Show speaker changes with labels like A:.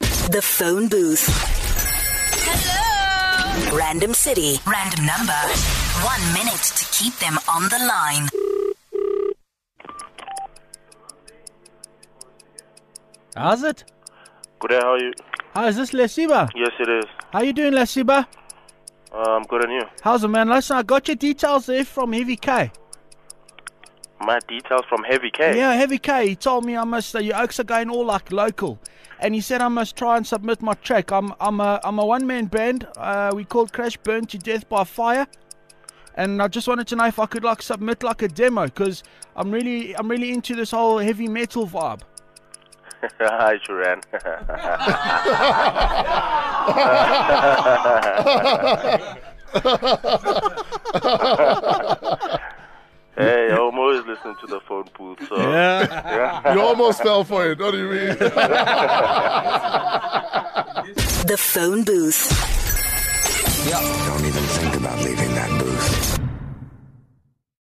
A: The phone booth. Hello! Random city, random number. One minute to keep them on the line.
B: How's it?
C: Good day, how are you?
B: How is this Lesiba?
C: Yes, it is.
B: How you doing, Lesiba?
C: Um, good on you.
B: How's it, man? Listen, I got your details there from Heavy K.
C: My details from Heavy K.
B: Yeah, Heavy K. He told me I must. Uh, your oaks are going all like local, and he said I must try and submit my track. I'm I'm a I'm a one man band. Uh, we called Crash Burned to Death by Fire, and I just wanted to know if I could like submit like a demo because I'm really I'm really into this whole heavy metal vibe.
C: Hi, Shuran. hey, I'm always listening to the phone booth. So.
B: Yeah.
C: Yeah.
D: You almost fell for it. What do you mean?
A: The phone booth.
E: Don't even think about leaving that